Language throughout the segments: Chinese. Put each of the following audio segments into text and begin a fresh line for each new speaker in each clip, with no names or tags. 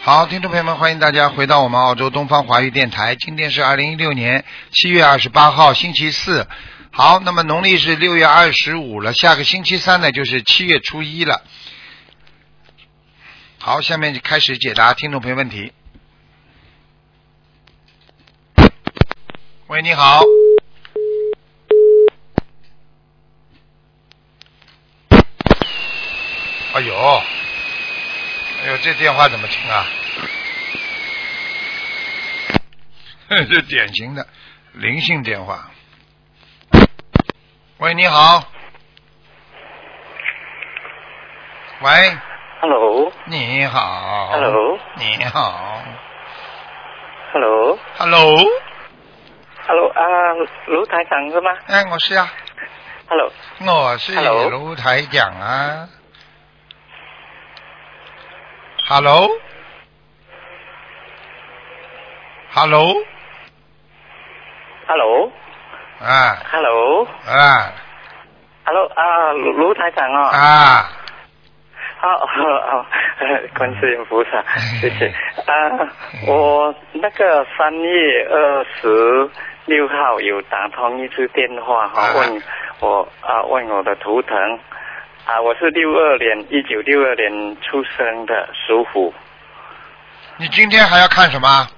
好，听众朋友们，欢迎大家回到我们澳洲东方华语电台。今天是二零一六年七月二十八号，星期四。好，那么农历是六月二十五了，下个星期三呢就是七月初一了。好，下面就开始解答听众朋友问题。喂，你好。哎呦，哎呦，这电话怎么听啊？ 这典型的灵性电话。喂，你好。喂，
Hello，Hello，Hello，
你好。你好。Hello。
Hello 啊，卢台长是吗
哎，我是啊，
？Hello，
我是
Hello
卢台长啊。Hello。Hello。
Hello，Hello，Hello
啊啊
，Hello 啊，卢卢台长哦，
啊！
好，好，观世音菩萨，谢谢啊，我那个三月二十六号有打通一次电话哈，
啊
问我啊问我的图腾啊，我是六二年一九六二年出生的属虎。
你今天还要看什么？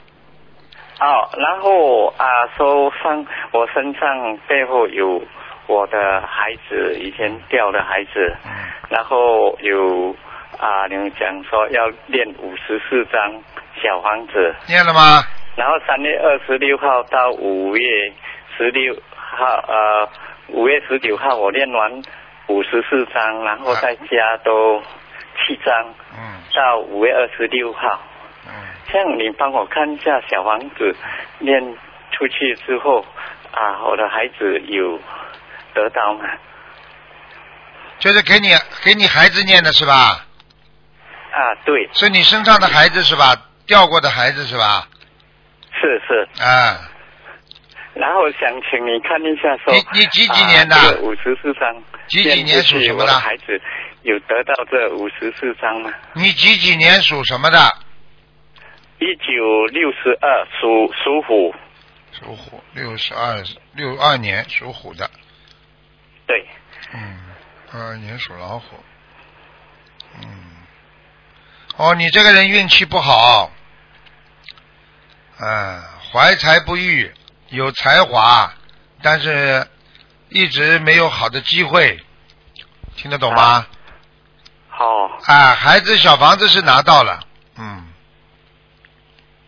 哦，然后啊，说上我身上背后有我的孩子以前掉的孩子，
嗯
然后有啊，你们讲说要练五十四张小房子，
念了吗？
然后三月二十六号到五月十六号，呃，五月十九号我练完五十四张，然后在家都七张，
嗯
到五月二十六号。
嗯，
这样你帮我看一下小王子念出去之后啊，我的孩子有得到啊吗？
就是给你给你孩子念的是吧？
啊，对，
是你身上的孩子是吧？掉过的孩子是吧？
是是。
啊，
然后想请你看一下说，啊
你你几几年的
五十四张。
几几年属什么的
我孩子有得到这五十四张吗？
你几几年属什么的？
一九六十二属属虎，
属虎，六十二六二年属虎的，
对，
嗯，二二年属老虎，嗯，哦，你这个人运气不好，啊，怀才不遇，有才华，但是一直没有好的机会，听得懂吗？
哦，
啊，孩子小房子是拿到了，嗯，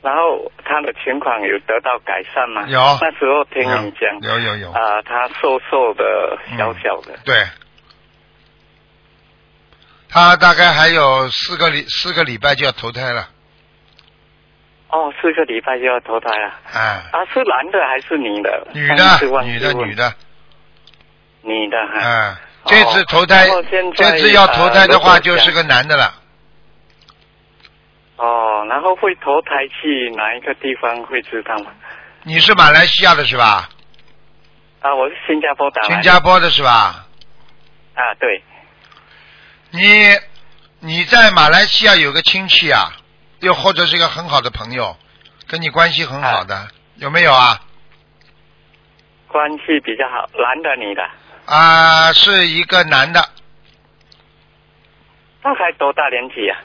然后他的情况有得到改善吗？
有
那时候听你讲，
有有嗯有，
啊、他瘦瘦的，小小的，
对，他大概还有四个礼四个礼拜就要投胎了，
哦，四个礼拜就要投胎啊！
啊，
啊，是男的还是女的？
女
上次
的
忘记
女的
问
女，的，
女的哈。
啊，这次投胎
然后哦现在
这次要投胎的话
呃
就是个男的了，
哦，然后会投胎去哪一个地方会知道吗？
你是马来西亚的是吧？
啊，我是新加坡打来的。
新加坡的是吧？
啊，对，
你你在马来西亚有个亲戚啊，又或者是一个很好的朋友，跟你关系很好的，有没有啊？
关系比较好，男的女的，
啊，是一个男的，
大概多大年纪啊？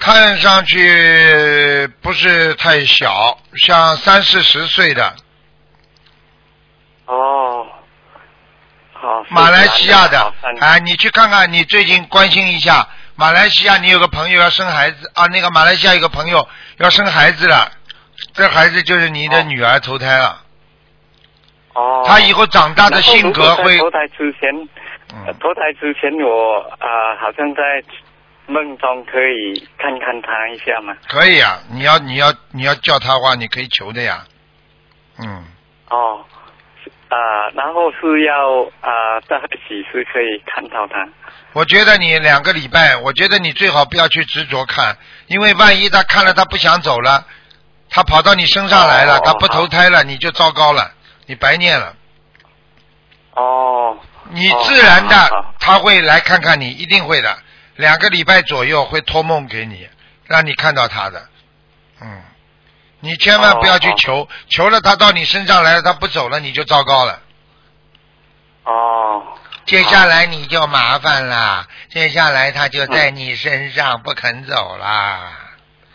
看上去不是太小，像三四十岁的
哦，哦，是
马来西亚的
男好像
啊，你去看看，你最近关心一下马来西亚，你有个朋友要生孩子啊，那个马来西亚有个朋友要生孩子了，这孩子就是你的
哦
女儿投胎了，
哦，
她以后长大的
然后
性
如果
格
在
会，
投胎之前，呃
嗯，
投胎之前我啊、好像在梦中可以看看他一下嘛。
可以啊，你要你要你要叫她的话，你可以求的呀，嗯，
哦，啊、然后是要啊，在、几时可以看到他？
我觉得你两个礼拜，我觉得你最好不要去执着看，因为万一他看了他不想走了，他跑到你身上来了
哦，
他不投胎了，你就糟糕了，你白念了。
哦，
你自然的、
好好好
他会来看看你，一定会的。两个礼拜左右会托梦给你，让你看到他的，嗯，你千万不要去
哦哦
求，求了他到你身上来了，他不走了，你就糟糕了。
哦，
接下来你就麻烦啦，
嗯
接下来他就在你身上不肯走啦。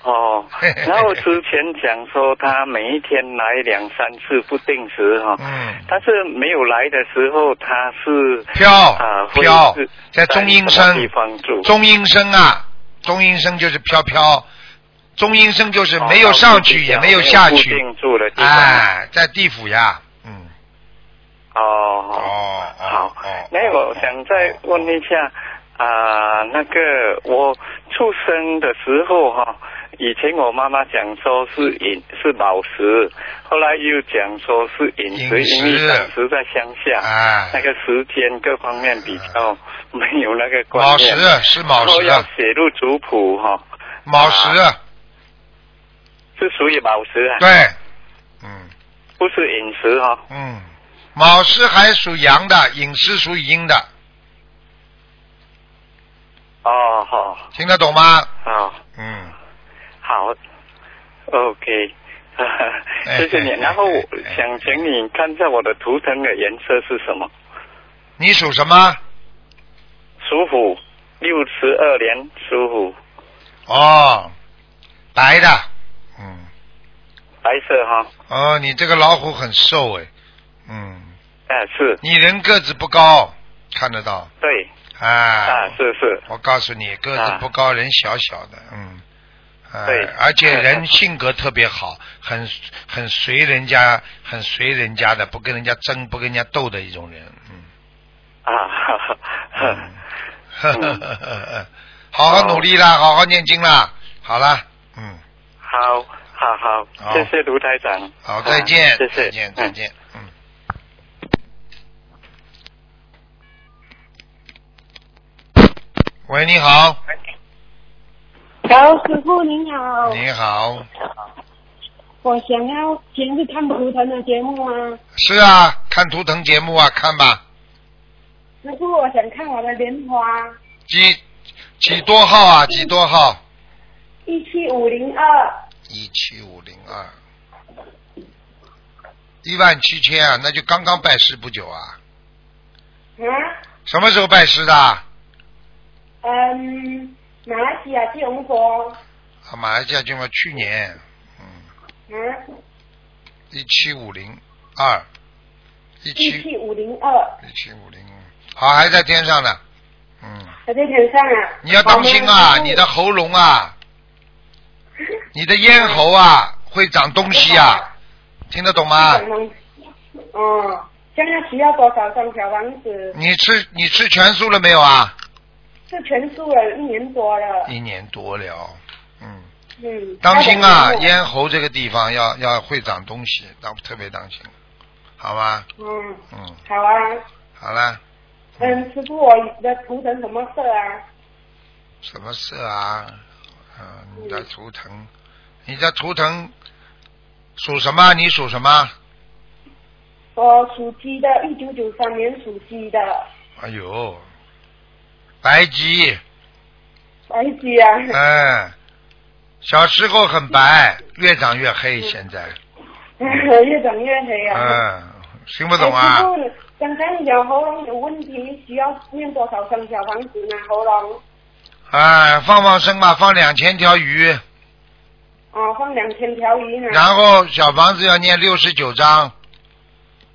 哦， 然后之前讲说他每一天来两三次不定时哈、
嗯，
但是没有来的时候他是
飘
啊、会
飘
是，
在中阴
什么地
身，
方住
中阴身啊，中阴身就是飘飘，中阴身就是
哦
没有上去也
啊没
没有下
固
去，
定住的地方。
哎，在地府呀，嗯，
哦
哦哦
好哎
哦，
那我想再问一下啊、那个我出生的时候哈、以前我妈妈讲说是饮是宝石，后来又讲说是饮食，
饮食
因为当时在乡下，
哎
那个时间各方面比
啊
较 没有那个观
卯
念，
时是卯
然后要啊
时，
写入族谱哈、
卯时，
是属于宝石啊，
对，嗯
不是饮食哈、
嗯，卯时还属阳的，寅时属阴的，
哦，好，
听得懂吗？
好。
嗯，
好，OK，谢谢你。
哎哎
然后
哎
我
哎
想请你看一下我的图腾的颜色是什么？
你属什么？
属虎，六十二年属虎，
哦，白的，嗯，
白色哈。
哦，你这个老虎很瘦哎，嗯。
啊，是
你人个子不高，看得到
对，
啊
啊，是是，
我告诉你，个子不高，人小小的，嗯，啊
对
而且人性格特别好， 很很随人家，很随人家的，不跟人家争，不跟人家斗的一种人， 嗯，
啊， 哈哈哈
嗯 好好努力啦，好好念经啦，好啦，嗯，
好，好好，
好
谢谢卢台长。
好，
啊
再见，
谢谢，
再见，再见，嗯。喂，你好，
高师傅您好，
你好，
我想要前日看图腾的节目啊，
是啊，看图腾节目啊，看吧，
师傅我想看我的莲花
几几多号啊？几多号？
一七五零二，
一七五零二，一万七千啊，那就刚刚拜师不久啊。
嗯
什么时候拜师的？啊，
嗯，马来西亚吉隆坡，
马来西亚就嘛，去年，嗯，
嗯，
一七五零二，一
一
七
七五零二，
一七五零，好，还在天上呢，嗯，
在这天上啊，
你要当心啊，你的喉咙啊，你的咽喉啊，会长东西啊，听得懂吗？
哦，现在需要多少张小房子？
你吃你吃全素了没有啊？
是全素了一年多了，
一年多了，嗯，
嗯，
当心啊，
在等
咽喉这个地方要要会长东西，当特别当心，好吧？
嗯，
嗯，
好啊，
好了，
嗯，师傅我的图腾什么色啊？
什么色啊？啊，你的图腾，你的图腾属什么？你属什么？
我哦属鸡的，一九九三年属鸡的，
哎呦，白鸡，
白鸡啊，
嗯，小时候很白，越长越黑，现在，
越长越黑啊。
嗯，听不懂啊？
哎师傅，刚才你讲喉咙有问题，需要念多少张小房子呢？喉咙
啊，放放生吧，放两千条鱼，
哦，放两千条鱼呢。
然后小房子要念六十九章，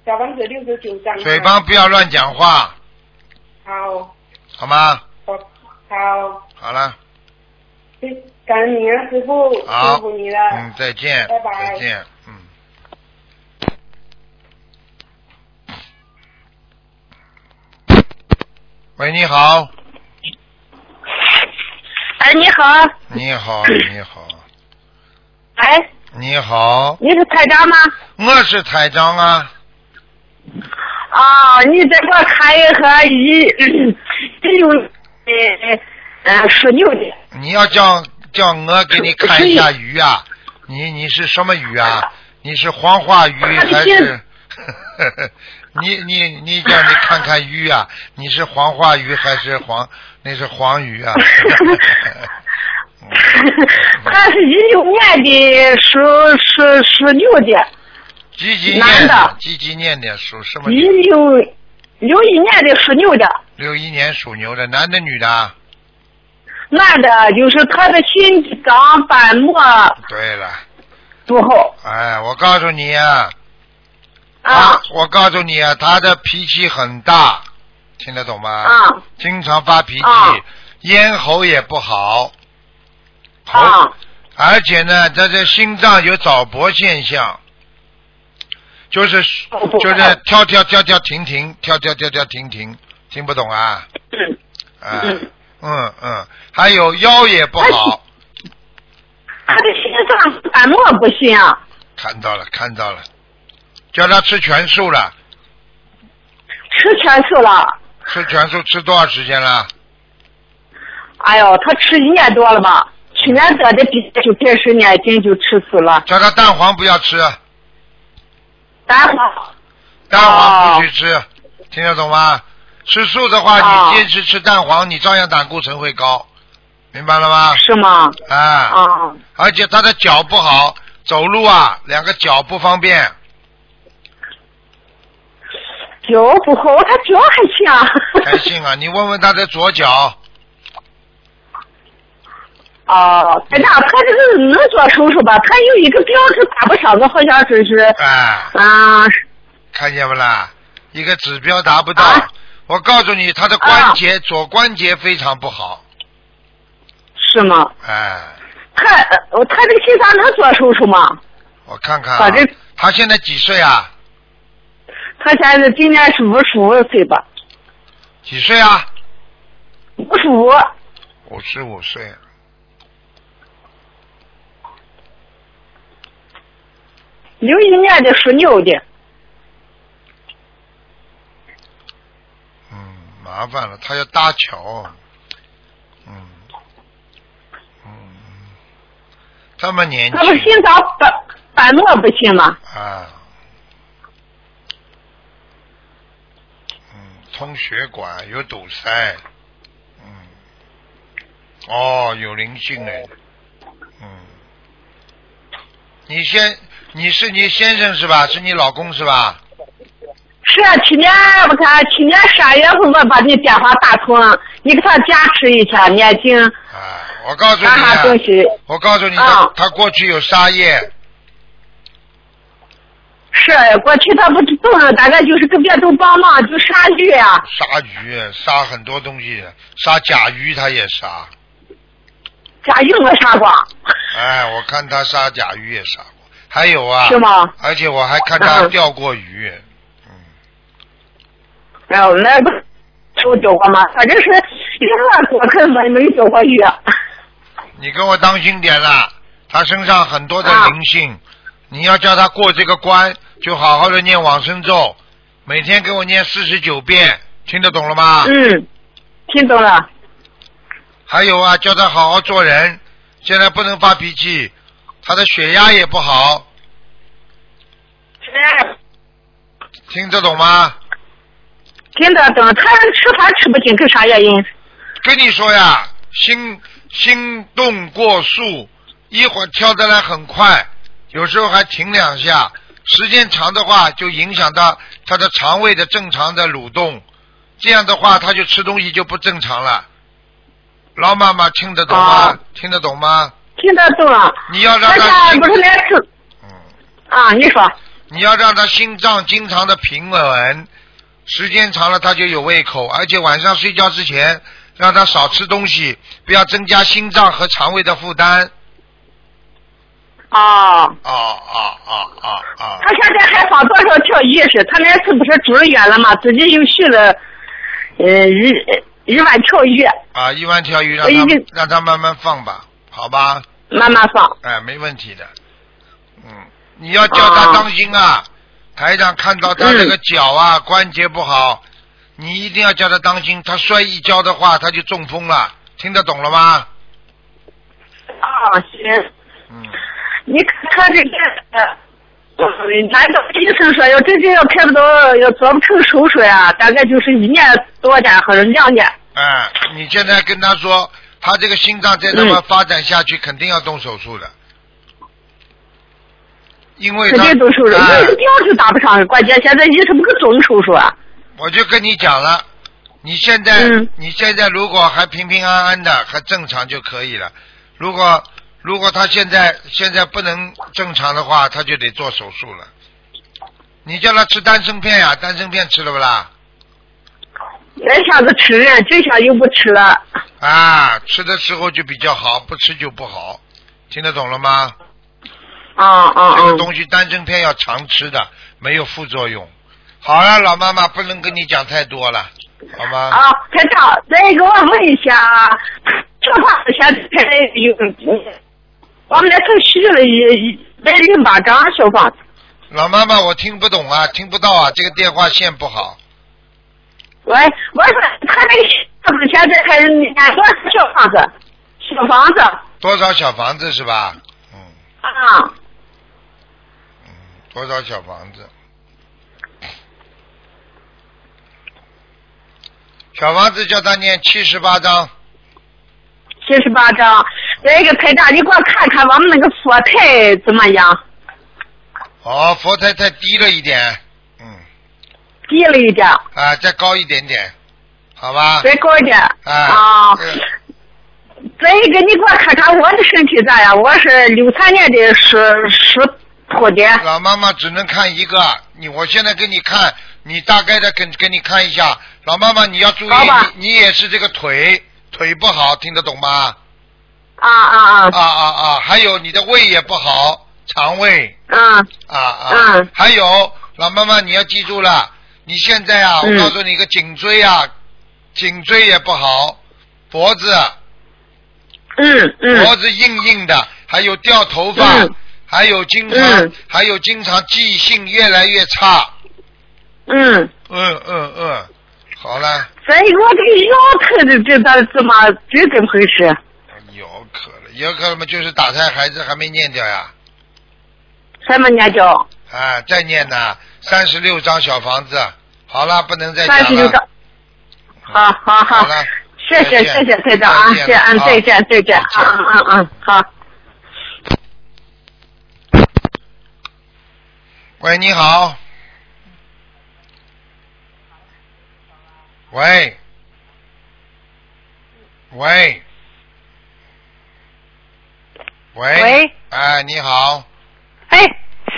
小房子六十九张。
嘴巴不要乱讲话，
好，
好吗？
我好，
好了，
感恩你啊，师傅，
好
辛苦你了。
嗯，再见，
拜拜
再见，嗯。喂，你好，
哎，你好，
你好，你好，
哎，
你好，
你是台长吗？
我是台长啊，
啊，你再给我看一下一一六呃呃十六的
你要叫叫我给你看一下鱼啊，你你是什么鱼啊？你是黄花鱼还是？ 你你你叫你看看鱼 啊，你是黄花鱼还是黄？那是黄鱼啊。
他是一六年的属属属牛的，
积极念
男的
积极念点属什么？
一六六一年的属牛的，
六一年属牛的，男的女的啊？
男的，就是他的心脏瓣膜
对了，
不好
哎，我告诉你啊，
啊
他我告诉你啊，他的脾气很大，听得懂吗？
啊
经常发脾气，
啊
咽喉也不好，喉，
啊
而且呢，他的心脏有早搏现象，就是
哦不
就是跳跳跳跳停停，跳跳跳跳停停，听不懂啊？
嗯
啊，
嗯哎
嗯嗯，还有腰也不好，
他的心脏瓣膜不行，
看到了看到了，叫他吃全素了，
吃全素了。
吃全素吃多少时间了？
哎呦，他吃一年多了吧？去年得的鼻就开始念经就吃素了，
叫他蛋黄不要吃，
单方
蛋黄不许吃，听得懂吗？吃素的话，
哦
你坚持吃蛋黄，你照样胆固醇会高，明白了吗？
是吗？
啊，
啊
而且他的脚不好，走路啊，两个脚不方便。
脚不好，他脚还行啊。
还信啊？你问问他的左脚，
哦，那他这个能做手术吧？他有一个标志打不上，我好像是是
哎，
啊，
看见不啦？一个指标达不到。
啊
我告诉你，他的关节、左关节非常不好，
是吗？
哎，
他呃他这个心脏能做手术吗？
我看看、啊
反正，
他现在几岁啊？
他现在今年是五十五岁吧？
几岁啊？
五十五，
五十五岁。
六一年的属牛的。
嗯，麻烦了，他要搭桥。嗯，嗯，这么年
他不是
轻
心脏瓣瓣膜不行吗？
啊，嗯，通血管有堵塞，嗯，哦，有灵性哎，嗯，你先，你是你先生是吧？是你老公是吧？
是啊，去年我看去年十二月份我把你电话打通，你给他加持一下念经，
啊，我告诉你、
拿啥东
啊，
西？
我告诉你，他
啊
他过去有沙业。
是过去他不动了，大概就是跟别人都帮忙，就杀鱼啊。
杀鱼，杀很多东西，杀甲鱼他也杀。
家用我杀光，
哎，我看他杀甲鱼也杀过，还有啊，
是吗？
而且我还看他
嗯
钓过鱼。嗯，
然后那不都钓过吗？反正是一万多克我也没钓过鱼。
啊你跟我当心点啦，他身上很多的灵性，你要叫他过这个关，就好好的念往生咒，每天给我念四十九遍，听得懂了吗？
嗯，听懂了。
还有啊，叫他好好做人，现在不能发脾气，他的血压也不好，啊听得懂吗？
听得懂，他吃饭吃不进，跟啥原因？
跟你说呀，心心动过速，一会儿跳得来很快，有时候还停两下。时间长的话，就影响到他的肠胃的正常的蠕动，这样的话，他就吃东西就不正常了。老妈妈听得懂吗？
哦
听得懂吗？
听得懂了。
你要让
他
他
家
心
不是那次
嗯，
啊？你说
你要让他心脏经常的平稳，时间长了他就有胃口，而且晚上睡觉之前让他少吃东西，不要增加心脏和肠胃的负担。
啊？
啊啊啊啊啊！
他现在还放多少条鱼是？他那次不是住院了吗？自己又续了，呃，一一万条鱼，
啊，一万条鱼让
我
他
已经
让他慢慢放吧，好吧？
慢慢放。
哎，没问题的。嗯，你要叫他
啊
当心啊！台长看到他这个
嗯
脚啊、关节不好，你一定要叫他当心，他摔一跤的话他就中风了，听得懂了吗？
啊，行。
嗯，
你看他这个，呃，难道医生说要真正要开不到，要做不成啊手术呀？大概就是一年多点，或者两年。
哎，你现在跟他说，他这个心脏再这
嗯
么发展下去，肯定要动手术的，因为
直
他
接动手术，
哎
那个吊是打不上，关键现在医生不给动手术啊。
我就跟你讲了，你现在、
嗯
你现在如果还平平安安的，还正常就可以了。如果如果他现在现在不能正常的话，他就得做手术了。你叫他吃丹参片呀、丹参片吃了不啦？
那下子吃人，这下又不吃了。
啊，吃的时候就比较好，不吃就不好，听得懂了吗？
啊啊
这
啊
个！东西丹参片要常吃的，没有副作用。好了，老妈妈不能跟你讲太多了，好吗？
啊，台长，再给我问一下啊，这话现在有，我们那头续了一一百零八张啊小房子，
老妈妈，我听不懂啊，听不到啊，这个电话线不好。
喂，我说他那个小房子现在还念多少小房子？小房子
多少小房子是吧？嗯，
啊，
多少小房子？小房子叫他念七十八章，
七十八张。那个台长，你给我看看我们那个佛台怎么样？
哦，佛台太低了一点，嗯，
低了一点，
啊，再高一点点，好吧？
再高一点
啊，嗯这个
再一个，你给我看看我的身体咋样？我是六三年的属属兔的。
老妈妈只能看一个，你我现在给你看，你大概的给给你看一下。老妈妈你要注意
老板，
你你也是这个腿腿不好，听得懂吗？
啊啊
啊啊啊！还有你的胃也不好，肠胃
啊！嗯
啊啊。
嗯
还有老妈妈你要记住了，你现在啊，我
嗯
告诉你一个颈椎啊，颈椎也不好，脖子
嗯
脖
嗯
子硬硬的，还有掉头发，
嗯
还有经常、
嗯
还有经常记性越来越差。
嗯，
嗯嗯嗯，好了，
再一个我这个腰疼的这咋怎么这怎么回事？
有可能，有可能就是打胎孩子还没念掉呀，
什么年叫？
啊，再念呢，三十六张小房子，好了，不能再
三
讲
十六
了
个。。
啊
好好
好
好
了，
谢谢
再见
谢谢台长啊，
再见
谢嗯
好
再见
再
再见，
见
嗯嗯嗯好。
喂，你好。喂。喂。喂。
喂。
哎，你好，
哎，师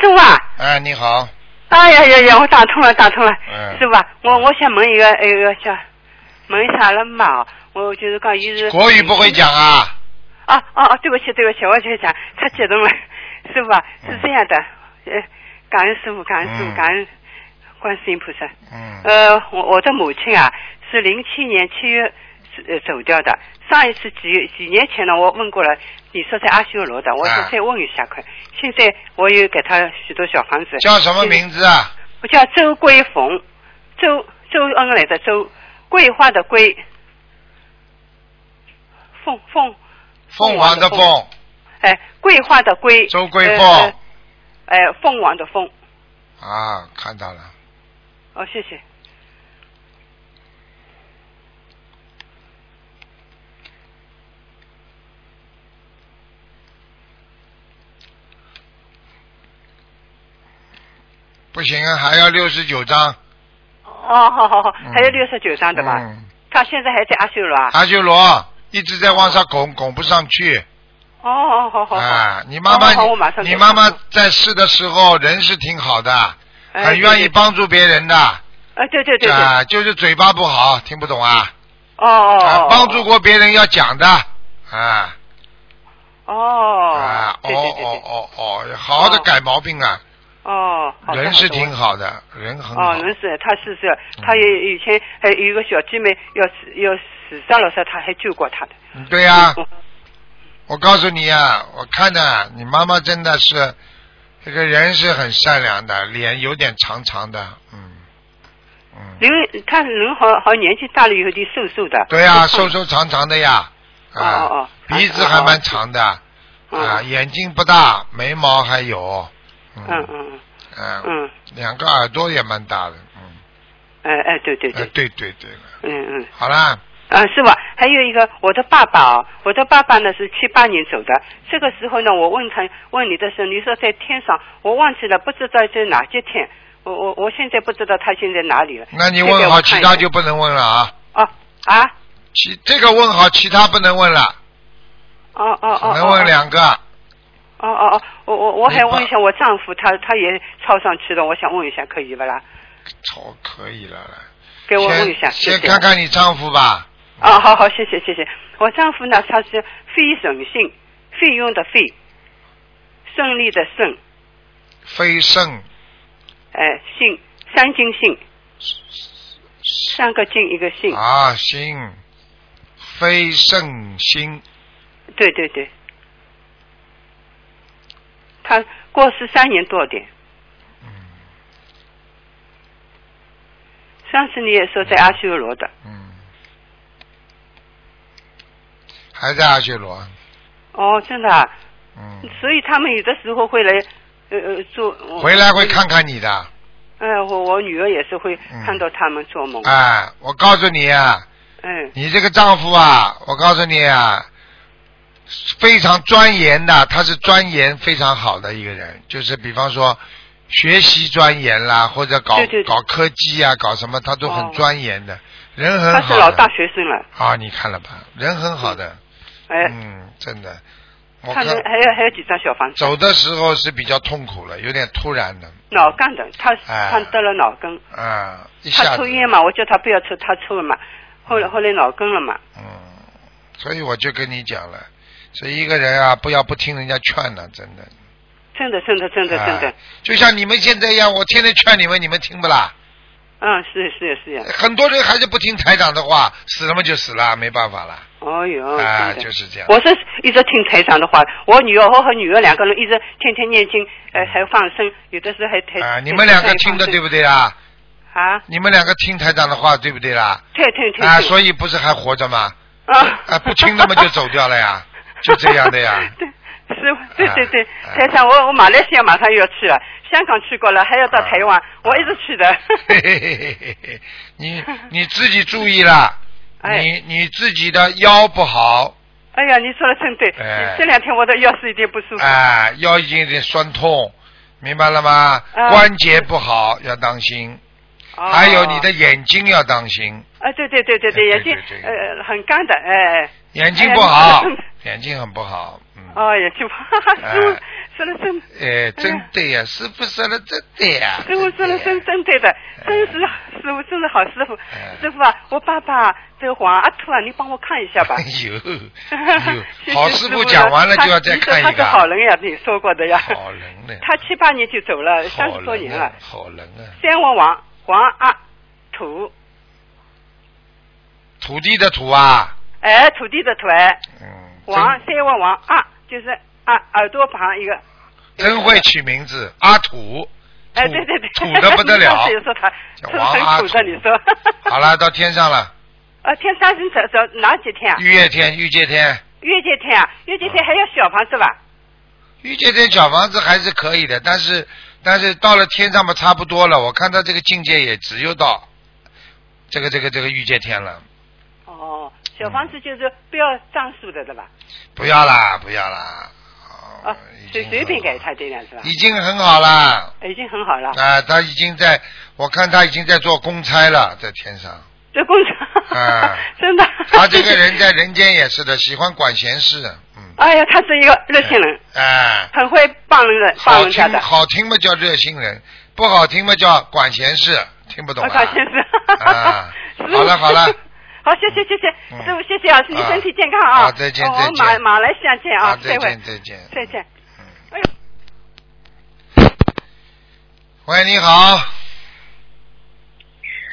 傅啊，
哎，你好，
哎呀呀呀，我打通了，打通了，
嗯
师傅啊，我我想问一个，那个叫问一下了嘛，我就是讲一直
国语不会讲啊？
啊啊啊，对不起对不起，我就讲太激动了，师傅啊，是这样的，呃，感恩师傅，感恩师
嗯
傅，感恩观世音菩萨，
嗯。
呃，我我的母亲啊是零七年七月呃走掉的。上一次几几年前呢，我问过了，你说在阿修罗的，我说
啊
再问一下看。现在我有给他许多小房子，
叫什么名字啊？
我叫周桂凤，周周恩来的周，桂花的桂，凤凤，
凤凰的凤，嗯
哎，桂花的桂，
周桂
呃
凤，
哎、凤凰的凤。
啊，看到了，
哦，谢谢。
不行啊，还要六十九张，
哦，好好好，还有
嗯
六十九张对吧？
嗯，
他现在还在阿修罗啊？
阿修罗一直在往上拱，拱不上去。
哦哦，好好好。
啊，你妈妈
好好我马，上
你
就
妈妈在世的时候人是挺好的，
哎
很愿意帮助别人的，
哎，对对对对，哦
啊，就是嘴巴不好，听不懂啊，
哦
啊
哦，
帮助过别人要讲的，啊
哦，
啊，哦
对对对对，
哦哦哦，好好的
哦
改毛病啊，
哦，好的
人是挺。
好的
好的，人很好嗯
哦，，人是，他是是，他也以前呃还有一个小姐妹要死要死掉了时候，他还救过她的。
嗯对呀
嗯，
我告诉你啊，我看呐、你妈妈真的是这个人是很善良的，脸有点长长的，嗯嗯，
人他人好好年纪大了以后就瘦瘦的。
对呀、瘦瘦长长的呀，啊，
哦哦哦
鼻子还蛮长的，
嗯
啊，眼睛不大，眉毛还有，嗯
嗯嗯
嗯
嗯嗯，
两个耳朵也蛮大的，嗯，
哎哎，对对
哎、
对，
对对对了，
嗯嗯
好啦，
啊，师傅，还有一个我的爸爸哦，我的爸爸呢是七八年走的。这个时候呢，我问他问你的时候，你说在天上，我忘记了，不知道在哪些天。我我我现在不知道他现在哪里了。
那你
现在
问
我
好，
看
其
一
他
下
就不能问了啊。
哦啊
其这个问好，其他不能问了，
哦哦
只
哦，
能问
哦
两个。
哦哦哦，我我我还
你爸
问一下我丈夫，他他也抄上去了，我想问一下，可以不啦？
哦，可以了了。
给我问一下，谢
先
谢
先看看你丈夫吧。
哦，好好，谢谢谢谢。我丈夫呢，他是费顺信，费用的费，顺利的顺，
非圣
哎，信三金信，三个金一个信，
啊，心，非圣心，
对对对。他过世三年多点。
嗯
上次你也说在阿修罗的，
嗯，还在阿修罗，
哦，真的、啊，
嗯，
所以他们有的时候会来，呃呃做。我
回来会看看你的。
哎，我我女儿也是会
嗯
看到他们做梦。
哎，我告诉你啊，
嗯，
你这个丈夫啊，我告诉你啊，非常钻研的，他是钻研非常好的一个人，就是比方说学习钻研啦，或者搞
对对对
搞科技啊，搞什么，他都很
哦
钻研的，人很
她
好的。
是老大学生了，
啊，你看了吧，人很好的，
哎，
嗯，真的，我
她
看
们还有还有几张小房子，
走的时候是比较痛苦了，有点突然的，
脑干的，她
哎
她得了脑梗，
啊，一
她
下
抽
子，
烟嘛，我叫她不要抽，她抽了嘛，后来后来脑梗了嘛，
嗯，所以我就跟你讲了，所以一个人啊，不要不听人家劝了，真的，
真的真的真的
哎
真的，
就像你们现在一样，我天天劝你们，你们听不啦？
嗯，是是是，
很多人还是不听台长的话，死了嘛就死了，没办法了，
哎呦，
啊，
真
就
的。
是这样。
我是一直听台长的话，我女儿我和女儿两个人一直天天念经，呃，还放生，有的时候还还。
嗯啊，你们两个听的对
不？
不对啊？
啊，
你们两个听台长的话对不对啦？
对对对。
啊，
对
所以不是还活着吗？
啊
啊，不听他们就走掉了呀， 就这样的呀。
对，是，对对对，
啊
台长，我我马来西亚马上又要去了，香港去过了，还要到台
啊
湾，我一直 去的。
嘿嘿嘿嘿嘿， 你你自己注意啦，
哎
你你自己的腰不好，
哎呀，你说的真对，
哎
这两天我的腰是有点不舒服。
啊，腰已经有点酸痛，明白了吗？
啊
关节不好要当心，
哦
哎还有你的。眼睛要当心，
啊，对对对对
对
眼睛
对对对
呃很干的，哎，哎
眼睛不好
哎呀，
眼睛很不好，嗯，
哦，眼睛不好，
哎
师傅说的真，
哎，真对呀，师傅说的真对呀，
哎师傅说的
对
真
呀
真对的，真是师傅真是好师傅
哎，
师傅啊，我爸爸这个黄阿兔啊，你帮我看一下 吧。
有有，哎好师傅讲完了就要再看一
他你说他是
个，啊
好人呀，你说过的呀。
好啊人呢
他七八年就走了，三
好
十多年
人啊
了。
好人啊，
三王王王阿土，
土地的土啊，
哎，土地的土哎，
嗯，
王
真
三王王阿就是阿耳朵旁一个。
真会取名字，阿土，
哎，
土
对对对，
土的不得
你
了
上次，也说他
叫
是
王阿
很土的，你说。
好了，到天上了，
呃，天三生走走哪几天啊？
玉界天，玉界天，
月界天啊，月界天还要小房子吧？
玉界天小房子还是可以的，但是但是到了天上嘛，差不多了，我看他这个境界也只有到这个这个这个玉界天了，嗯
哦，小房子就是不要张数的，对吧？
不要啦，不要啦，
哦，
嗯已
随
经
随便
很
给
好
他这样是吧？
已经很好啦，
已经很好了。
啊，他已经在，我看他已经在做公差了，在天上。
这工厂，
啊
真的。
他这个人在人间也是的，喜欢管闲事，嗯。
哎呀，他是一个热心人，
哎，
很会帮人的，帮
好
人家的
听。好听嘛叫热心人，不好听嘛叫管闲事，听不懂
啊，
啊？
高先生。
啊
师傅
好了好了。
好，谢谢谢谢，
嗯
师傅谢谢啊，你身体健康
啊
啊！
好再见
哦
再
我
见
马马来西亚见啊
啊，再
再会
见，再见。
再见。哎呦。
喂，你好，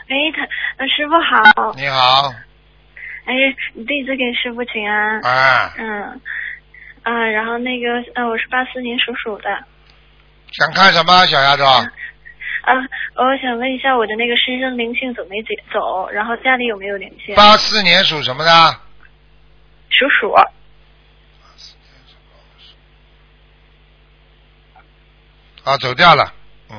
喂，他呃师傅好，
你好，
哎，你弟子给师傅请安。
啊，
嗯，啊，然后那个，呃，我是八四年属鼠的，
想看什么，小丫头？
嗯
啊，我想问一下我的那个身上灵性走没解走，然后家里有没有灵性？
八四年属什么的？
属鼠，
啊，走掉了，嗯。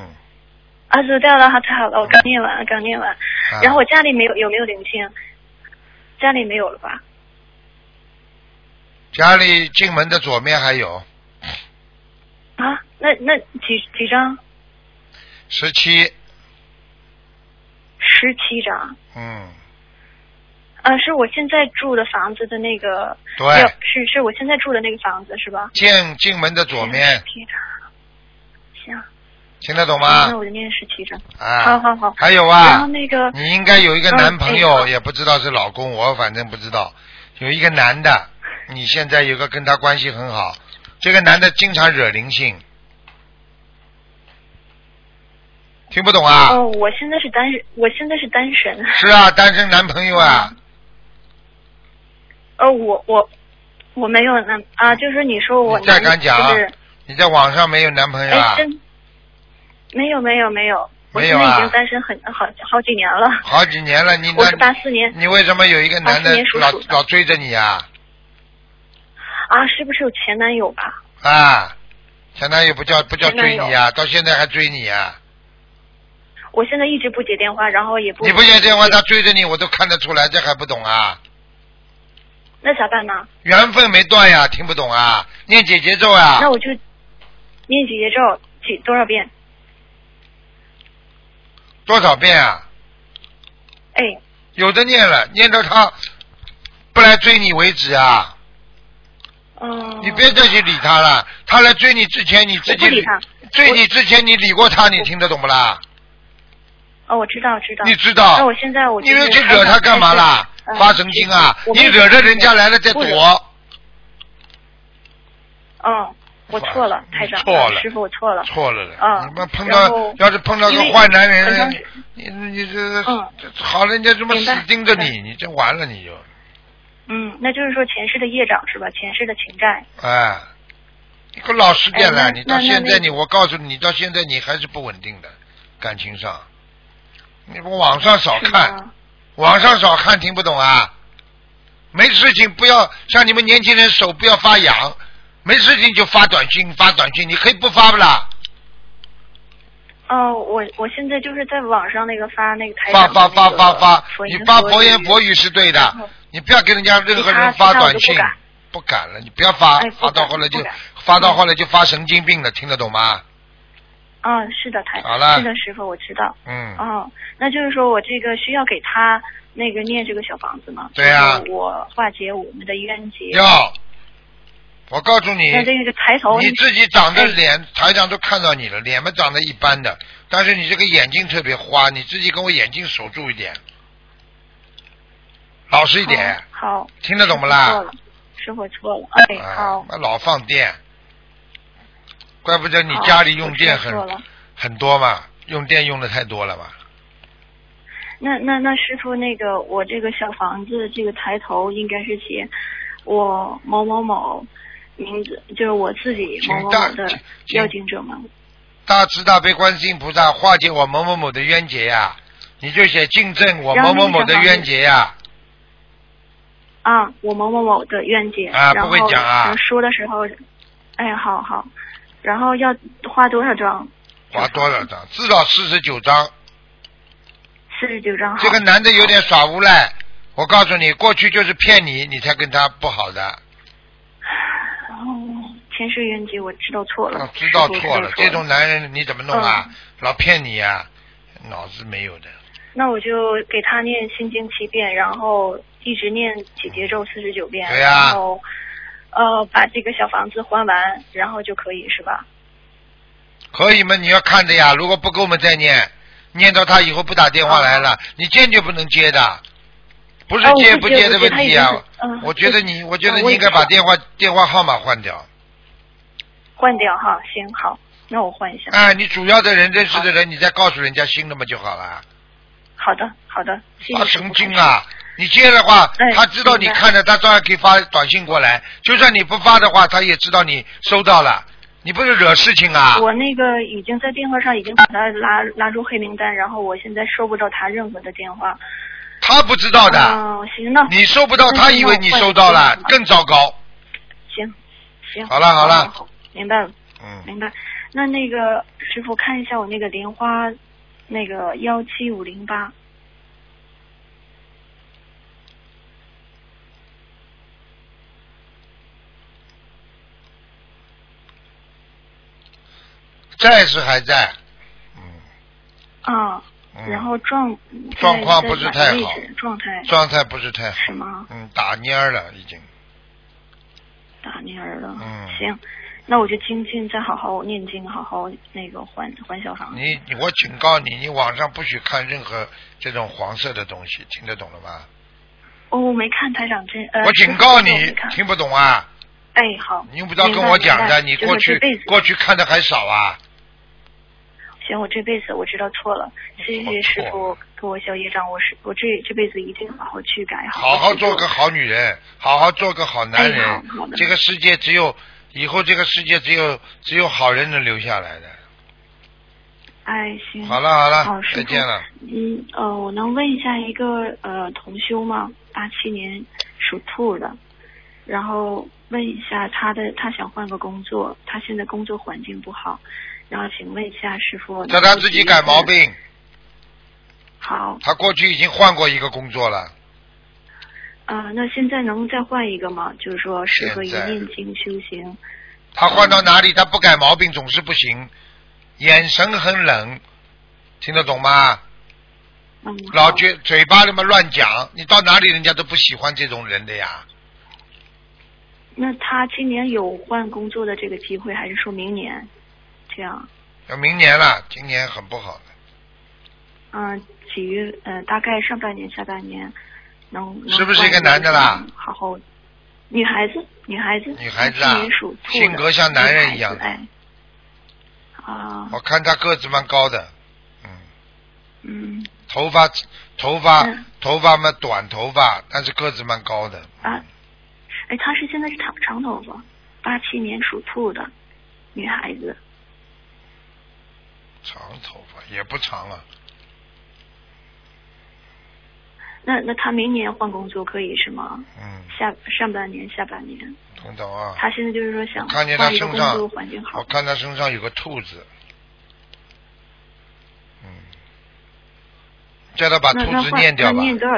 啊，走掉了，好，太好了，我刚念完，刚念完，
啊
然后我家里没有有没有灵性？家里没有了吧？
家里进门的左面还有
啊，那那几几张？
十七，
十七张。
嗯，
呃，是我现在住的房子的那个，
对
要，是是我现在住的那个房子是吧？
进进门的左面，
17张。行，
听得懂
那
吗？
我就念十七张。
啊，
好好好。
还有
然后
啊，
那个
你应该有一个男朋
嗯哎
友，
好
也不知道是老公，我反正不知道，有一个男的，你现在有个跟他关系很好，这个男的经常惹灵性，听不懂啊？
哦，我现在是单，我现在是单身。
是啊，单身男朋友
嗯
啊，
哦，我我我没有男啊，就是你说我
你再
男
敢讲啊
就是
你在网上没有男朋友
哎
啊？
真没有没有没有，我
没
现
有
在
啊
已经单身很好好几年了，
好几年了，你
我
那
是八四年
你为什么有一个男
84
的
年属
老
鼠的
老追着你啊？
啊，是不是有前男友吧？
啊，前男友不叫不叫
前男
追
友
你啊，到现在还追你啊？
我现在一直不接电话，然后也不
你不接电话，他追着你，我都看得出来，这还不懂啊？
那咋办呢？
缘分没断呀，听不懂啊？念姐姐咒啊
那，我就念几节咒几多少遍？
多少遍啊？
哎，
有的念了，念到他不来追你为止啊！
嗯，
你别再去理他了，他来追你之前，你自
我
己
不理他。
追你之前你理过他，你听得懂不啦？
哦，我知道知道。
你知道
那我现在我
你
就
又
是
去
还
惹
想
他干嘛啦
还？是
发神经啊！
嗯我没
你惹着人家来了再
不惹
躲。
嗯，我错了，
你
台长，
错了
师傅，我错了。
错了的，
嗯
你们碰
然
到
后
要是碰到个
因为
坏男
很
人
长，
你你这
嗯
这好人家这么
明白
死盯着你，
明
你这完了你就
嗯，那就是说前世的业障是吧？前世的情债。
哎，你可老实点了，
哎那
你到
那
现
那
在
那
你我告诉你，你到现在你还是不稳定的感情上，你不网上少
是
看，
吗
网上少看听不懂啊？没事情不要像你们年轻人手不要发痒，没事情就发短信发短信，你可以不发不啦？
哦，我我现在就是在网上那个发那个台
发
长
发
的那
发
个
发发
佛，
你
言
发
佛
佛言
语
佛语是对
然
的
后，
你不要给人家任何人发短信
其他其他我就
不
不敢，
敢了，你不要发
哎，不
发
敢
到后来就
不敢嗯
发到后来就发神经病了，听得懂吗？
啊、是的，台
好了
是的，师傅，我知道。
嗯，
哦，那就是说我这个需要给他那个念这个小房子吗？
对啊
就是我化解我们的冤结。
要，我告诉你，
那这个抬头，
你自己长得
哎
脸，台长都看到你了，脸嘛长得一般的，但是你这个眼睛特别花，你自己跟我眼睛守住一点，老实一点，
好，好
听得懂不
错
啦？
了，师傅错了。哎，
啊
好，，
那老放电，怪不得你
好
家里用电
我知
很
道错了。
很多嘛，用电用的太多了吧？
那那那师傅，那个我这个小房子这个抬头应该是写我某某某名字，就是我自己
请
某某
大
某的
请请
要经者吗？
大慈大悲观世音菩萨化解我某某某的冤结呀、你就写敬正我某某某的冤结呀、
啊，我某某某的愿景，
啊
然后
不会讲啊
呃说的时候，哎，好好，然后要花多少张？
划多少张？至少四十九张。
啊四十九张。好
这个男的有点耍无赖，我告诉你，过去就是骗你，你才跟他不好的。
哦，前世冤结我知道错了
啊，知道
师傅
错了，这种男人你怎么弄啊？
嗯
老骗你呀、脑子没有的。
那我就给他念心经七遍，然后一直念几节咒四十九遍，
对呀
然后呃把这个小房子还完，然后就可以是吧？
可以吗？你要看的呀，如果不够嘛再念，念到他以后不打电话来了，你坚决不能接的，不是
哦啊我
接
不
接
接
的
我接
问
他已
题
经
啊
是。嗯
我觉得
对
你，我觉得
啊
你
我也
应该
是
把电话电话号码换掉。
换掉哈，行好，那我换一下。
哎，你主要的人认识的人，你再告诉人家新的嘛就好了。
好的，好的，谢谢
发
师傅
神经啊！你接的话
哎，
他知道你
明白
看着，他照样可以发短信过来。就算你不发的话，他也知道你收到了。你不是惹事情啊？
我那个已经在电话上已经把他拉拉入黑名单，然后我现在收不到他任何的电话。
他不知道的，
嗯，行，那
你收不到，
那
他
行
以
那
为
我
你
换
收
一
到
个
了
吧，
更糟糕。
行，行，
好了好了
好，明白了，
嗯。
明白。那那个师傅看一下我那个莲花，那个幺七五零八，
债是还在，
啊，
嗯，
然后状在
状况不是
在哪
太
个位
好
置状态
状态不是太好，
是吗？
嗯，打蔫儿了已经，
打蔫儿了。
嗯
行，那我就精进，再好好念经，好好那个还还小房子。
你你我警告你，你网上不许看任何这种黄色的东西，听得懂了吗？
哦，我没看台长真呃，
我警告
是是是
你
我没看，
听不懂啊？
哎，好，
你又不知道跟我讲的，你
明白
过去
就是这辈子
过去看的还少啊？
行，我这辈子我知道错了，谢谢师
我
傅给我消业障，我是我这这辈子一定好好去改，
好
好
好
去
做个好女人，好好做个好男人。
哎好好的
这个世界只有以后，这个世界只有只有好人能留下来的。
哎，行，
好了好了，
好哦师傅
啊再见了。
嗯呃，我能问一下一个呃同修吗？八七年属兔的，然后问一下他的，他想换个工作，他现在工作环境不好，然后请问一下师傅，
叫他自己改毛。病，
好，
他过去已经换过一个工作了，
呃，那现在能再换一个吗？就是说适合于
现在
念经修行。
他换到哪里他不改毛病总是不行，眼神很冷，听得懂吗？
嗯，
老
好
觉嘴巴那么乱讲，你到哪里人家都不喜欢这种人的呀。
那他今年有换工作的这个机会，还是说明年？这样，
要明年了，今年很不好的。
嗯、几月？呃，大概上半年、下半年能能
是不是一个男的啦？
嗯好好，女孩子，女孩子，
女孩子啊
今年属兔的
性格像男人一样
女孩子哎，啊，
我看他个子蛮高的，嗯，
嗯
头发头发、
嗯
头发嘛短头发，但是个子蛮高的。
啊，哎，她是现在是长长头发，八七年属兔的女孩子，
长头发也不长啊，
那那她明年换工作可以是吗？
嗯，
下上半年、下半年，
懂不懂啊？
她现在就是说想
我看见他
换一个
身
工
上
作环境，好
我。看他身上有个兔子，嗯，叫他把
那
兔
那
子
换
念掉
那
吧，
念多少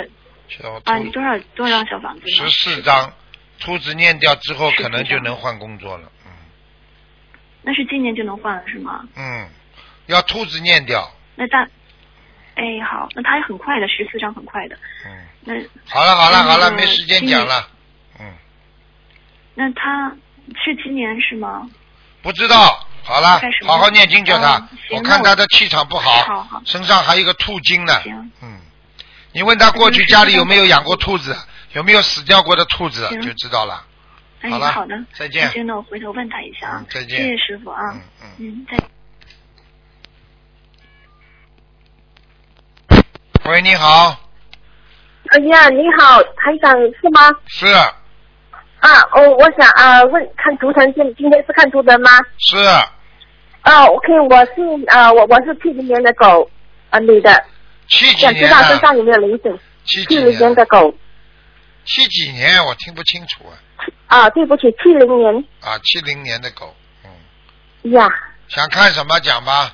叫
啊？你
兔
多少多少张小房子呢？
十四。张，兔子念掉之后可能
14
就
张
能换工作了，嗯
那是今年就能换了是吗？
嗯，要兔子念掉，
那大，哎好，那他也很快的，十四张很快的。
嗯，
那
好了好了好了，
嗯
没时间
今
讲
年
了，嗯。
那他是今年是吗？
不知道，好了
大概，什么
好好念经叫他
嗯。行
我看他的气场不
好好
身上还有一个兔精呢
行。嗯
嗯，你问他过去家里有没有养过兔子，有没有死掉过的兔子，
行
就知道了。
哎，
好了
好的，
再见
那行，那我回头问他一下啊
嗯。再见
谢谢师傅啊
嗯。嗯。
嗯，再见。
喂，你好，
哎呀，你好，台长是吗？
是
啊，哦，我想啊，问看图腾，今今天是看图腾吗？
是，
啊，OK，我是啊，我我是七零年的狗，啊，女的，
七几
想知
年
道身
的？
上有没有灵性？
七
七
几
零年
年？
的狗，
七几年？我听不清楚啊。
啊，对不起，七零年，
啊，七零年的狗，嗯，
呀，
想看什么讲吧。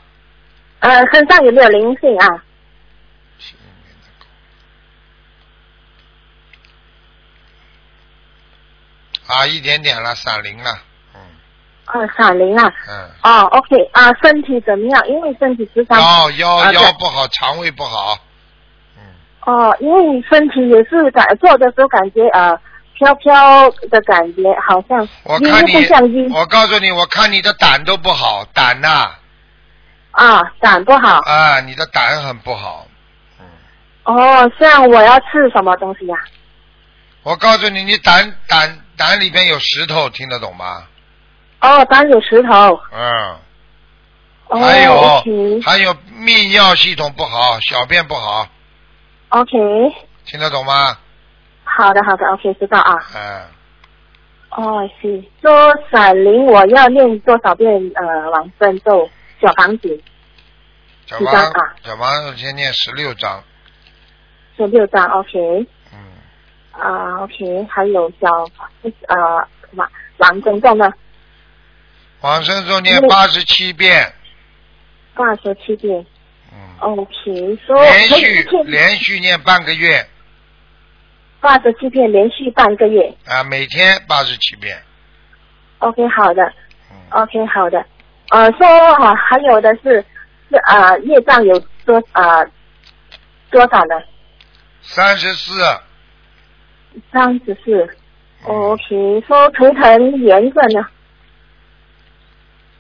呃，身上有没有灵性啊？
七零年的狗。啊，一点点了，闪灵了，嗯
啊，闪灵啊，
嗯。
哦，OK，啊，身体怎么样？因为身体时常，
腰腰
啊
腰
对
不好，肠胃不好，嗯，
哦，因为身体也是感做的时候感觉啊。飘飘的感觉，好像
我
晕
看
不像
你，
晕
我告诉你，我看你的胆都不好，胆呐、
啊，胆不好
啊，。你的胆很不好，嗯，
哦，像我要吃什么东西呀、
我告诉你，你胆胆胆里边有石头，听得懂吗？
哦，当有石头。
嗯，
哦、
还有、
OK
还有泌尿系统不好，小便不好，
OK，
听得懂吗？
好的好的，OK，知道啊。
嗯，
哦，是说闪灵，我要念多少遍呃往生咒小房子
小
几
王
张啊
小王先念十六章，
十六张，OK
嗯，
啊、o k 还有小呃往往生咒呢
往生咒念
嗯
八十七遍，
八十七遍
嗯，
哦，OK，说
连
可以一
续
天
连续念半个月。
八十七遍连续半个月
啊，每天八十七遍。
，OK，好的
嗯，
哦，OK，好的，呃，说啊，还有的是是啊、呃，业障有多啊、呃、多少呢？
三十四，嗯
三十四。哦 OK，说图腾颜色呢？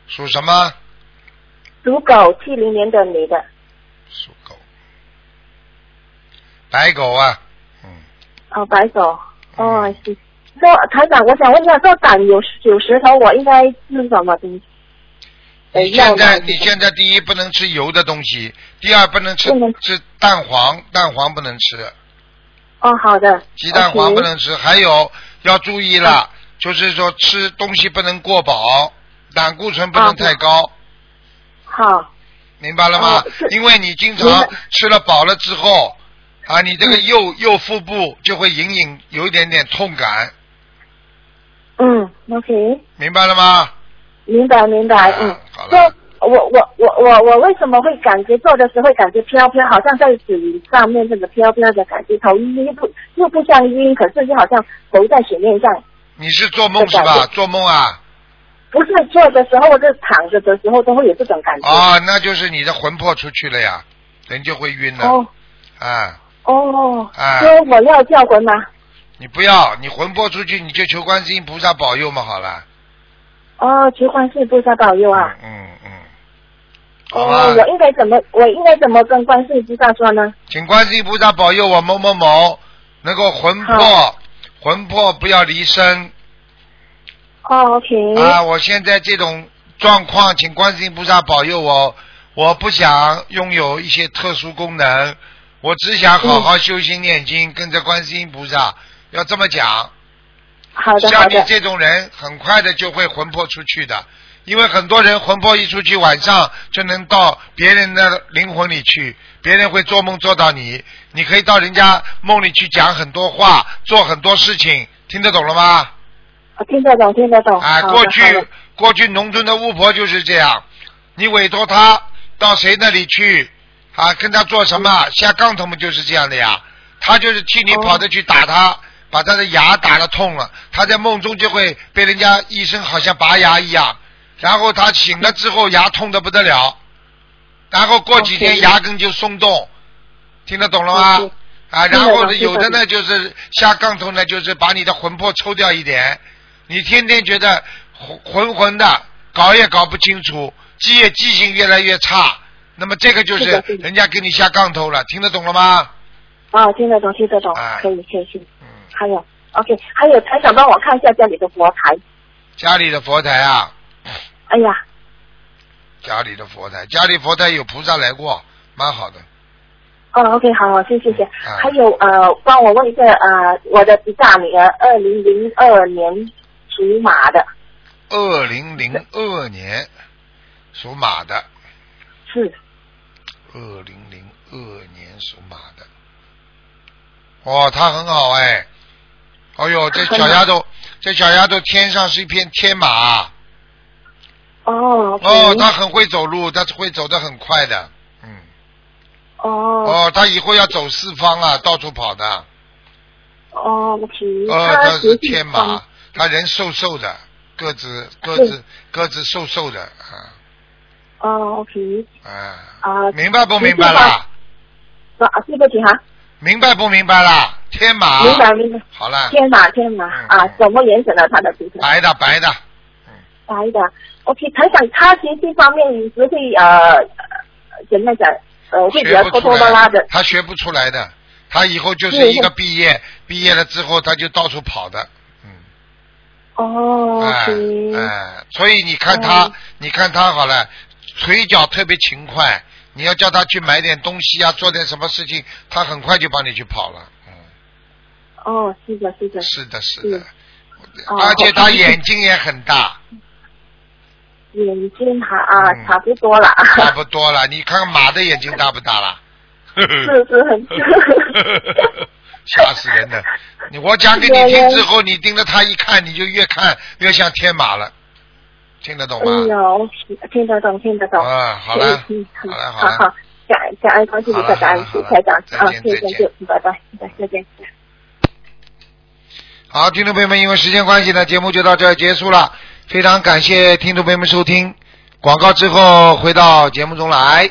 属什么？
属狗，七零年的女的。
属狗，白狗啊，嗯，
哦，白狗。哦，是。说台长，我想问一下，说胆有有石头，我应该吃什么东西？呃
你现在
药呢
你现在第一不能吃油的东西，第二不能吃
不能
吃蛋黄，蛋黄不能吃，
哦，好的。
鸡蛋黄
OK
不能吃，还有要注意了，
嗯
就是说吃东西不能过饱，胆固醇不能
啊
太高，
好，
明白了吗
哦是？
因为你经
明
常
白嗯
吃了饱了之后，啊，你这个右右腹部就会隐隐有一点点痛感，
嗯，OK，
明白了吗？
明白明白，
啊
嗯。
好了
说，我我我我我为什么会感觉做的时候会感觉飘飘，好像在水上面这个飘飘的感觉，头晕又不又不像晕，可是又好像浮在水面上。
你是做梦是
这感
吧？
觉
做梦啊？
不是坐的时候，或者躺着的时候都会有这种感觉。
啊，那就是你的魂魄出去了呀，人就会晕了。
哦
啊，
哦，
啊
说我要叫魂吗？
你不要，你魂魄出去，你就求观世音菩萨保佑嘛，好了。
哦，求观世菩萨保佑啊！
嗯嗯嗯。好啊
哦，
吧
我，应该怎么我应该怎么跟观世菩萨说呢？
请观世音菩萨保佑我某某某能够魂魄
好
魂魄不要离身
哦，OK，、
啊！我现在这种状况，请观世音菩萨保佑我。我不想拥有一些特殊功能，我只想好
嗯
好修心念经，跟着观世音菩萨。要这么讲，
好的好
像你
的，
这种人，很快的就会魂魄出去的，因为很多人魂魄一出去，晚上就能到别人的灵魂里去，别人会做梦做到你，你可以到人家梦里去讲很多话，做很多事情，听得懂了吗？
我啊听得懂听得懂。
啊，
好的
过
好的
去过去农村的巫婆就是这样，你委托她到谁那里去啊，跟她做什么下杠头嘛，就是这样的呀。她就是替你
嗯哦
跑着去打她，把她的牙打了痛了，她在梦中就会被人家医生好像拔牙一样，然后她醒了之后牙痛的不得了，然后过几天
OK
牙根就松动，听得懂了吗？
OK
啊，然
听得
后
懂
呢，
听得
有的
懂
呢就是下杠头呢，就是把你的魂魄抽掉一点，你天天觉得浑浑浑的，搞也搞不清楚，记也记性越来越差，那么这个就是
的是的
人家给你下杠头了，听得懂了吗？
哦，听得懂听得懂
啊，
可以可以可以。
嗯，
还有 OK，还有台长帮我看一下家里的佛台。
家里的佛台啊，
哎呀，
家里的佛台，家里佛台有菩萨来过，蛮好的。
哦，OK，好，好，谢谢谢。
啊
还有呃，帮我问一下呃，我的大女儿二零零二年属马的，
二零零二年属马的，
是
二零零二年属马的。哦，他很好哎，哎呦，这小丫 头，这小丫头天上是一片天马，啊
哦
哦，
，OK
她很会走路，她会走得很快的，嗯，
哦
哦，她以后要走四方啊，到处跑的，
哦，OK，
哦，
她
她是
学习
天
方
马，她人瘦瘦的，个子
啊
个子个子瘦瘦的啊
哦，OK，
啊，
啊
明白不
学习
明白
方
啦？
啊，对不起哈，
明白不明白啦？天马，
明白明白。
好啦，
天马天马
啊嗯
啊
嗯，
什么颜色呢？他的皮肤
白的白的，
白的。OK，台长，他情绪方面一直会呃呃怎么讲？呃，会比较
学不
拖
出
拖拉拉
来
的。
他学不出来的，他以后就是
对
一个毕业，毕业了之后他就到处跑的，嗯，
哦
哎
，OK，
哎，所以你看他，你看他好了，腿脚特别勤快，你要叫他去买点东西啊，做点什么事情，他很快就帮你去跑了，嗯，
哦，是的，是的，
是的，是的
嗯，哦
而且他
好
眼睛也很大，
眼睛哈啊
嗯，
差不多了啊，
差不多了，你看看马的眼睛大不大啦？
是是很
吓死人了！你我讲给你听之后，你盯着他一看，你就越看越像天马了，听得懂
哎
吗？
呦，听得懂，听得懂。
啊，好了
嗯，
好
嗯，
了，
好
了
好，，感恩感恩关心你
好了
的感恩
好
谢
了
谢台长
再
啊，
见
谢
再
谢，谢谢拜拜，拜拜再见。
好，听众朋友们，因为时间关系呢，节目就到这儿结束了。非常感谢听众朋友们收听。广告之后回到节目中来。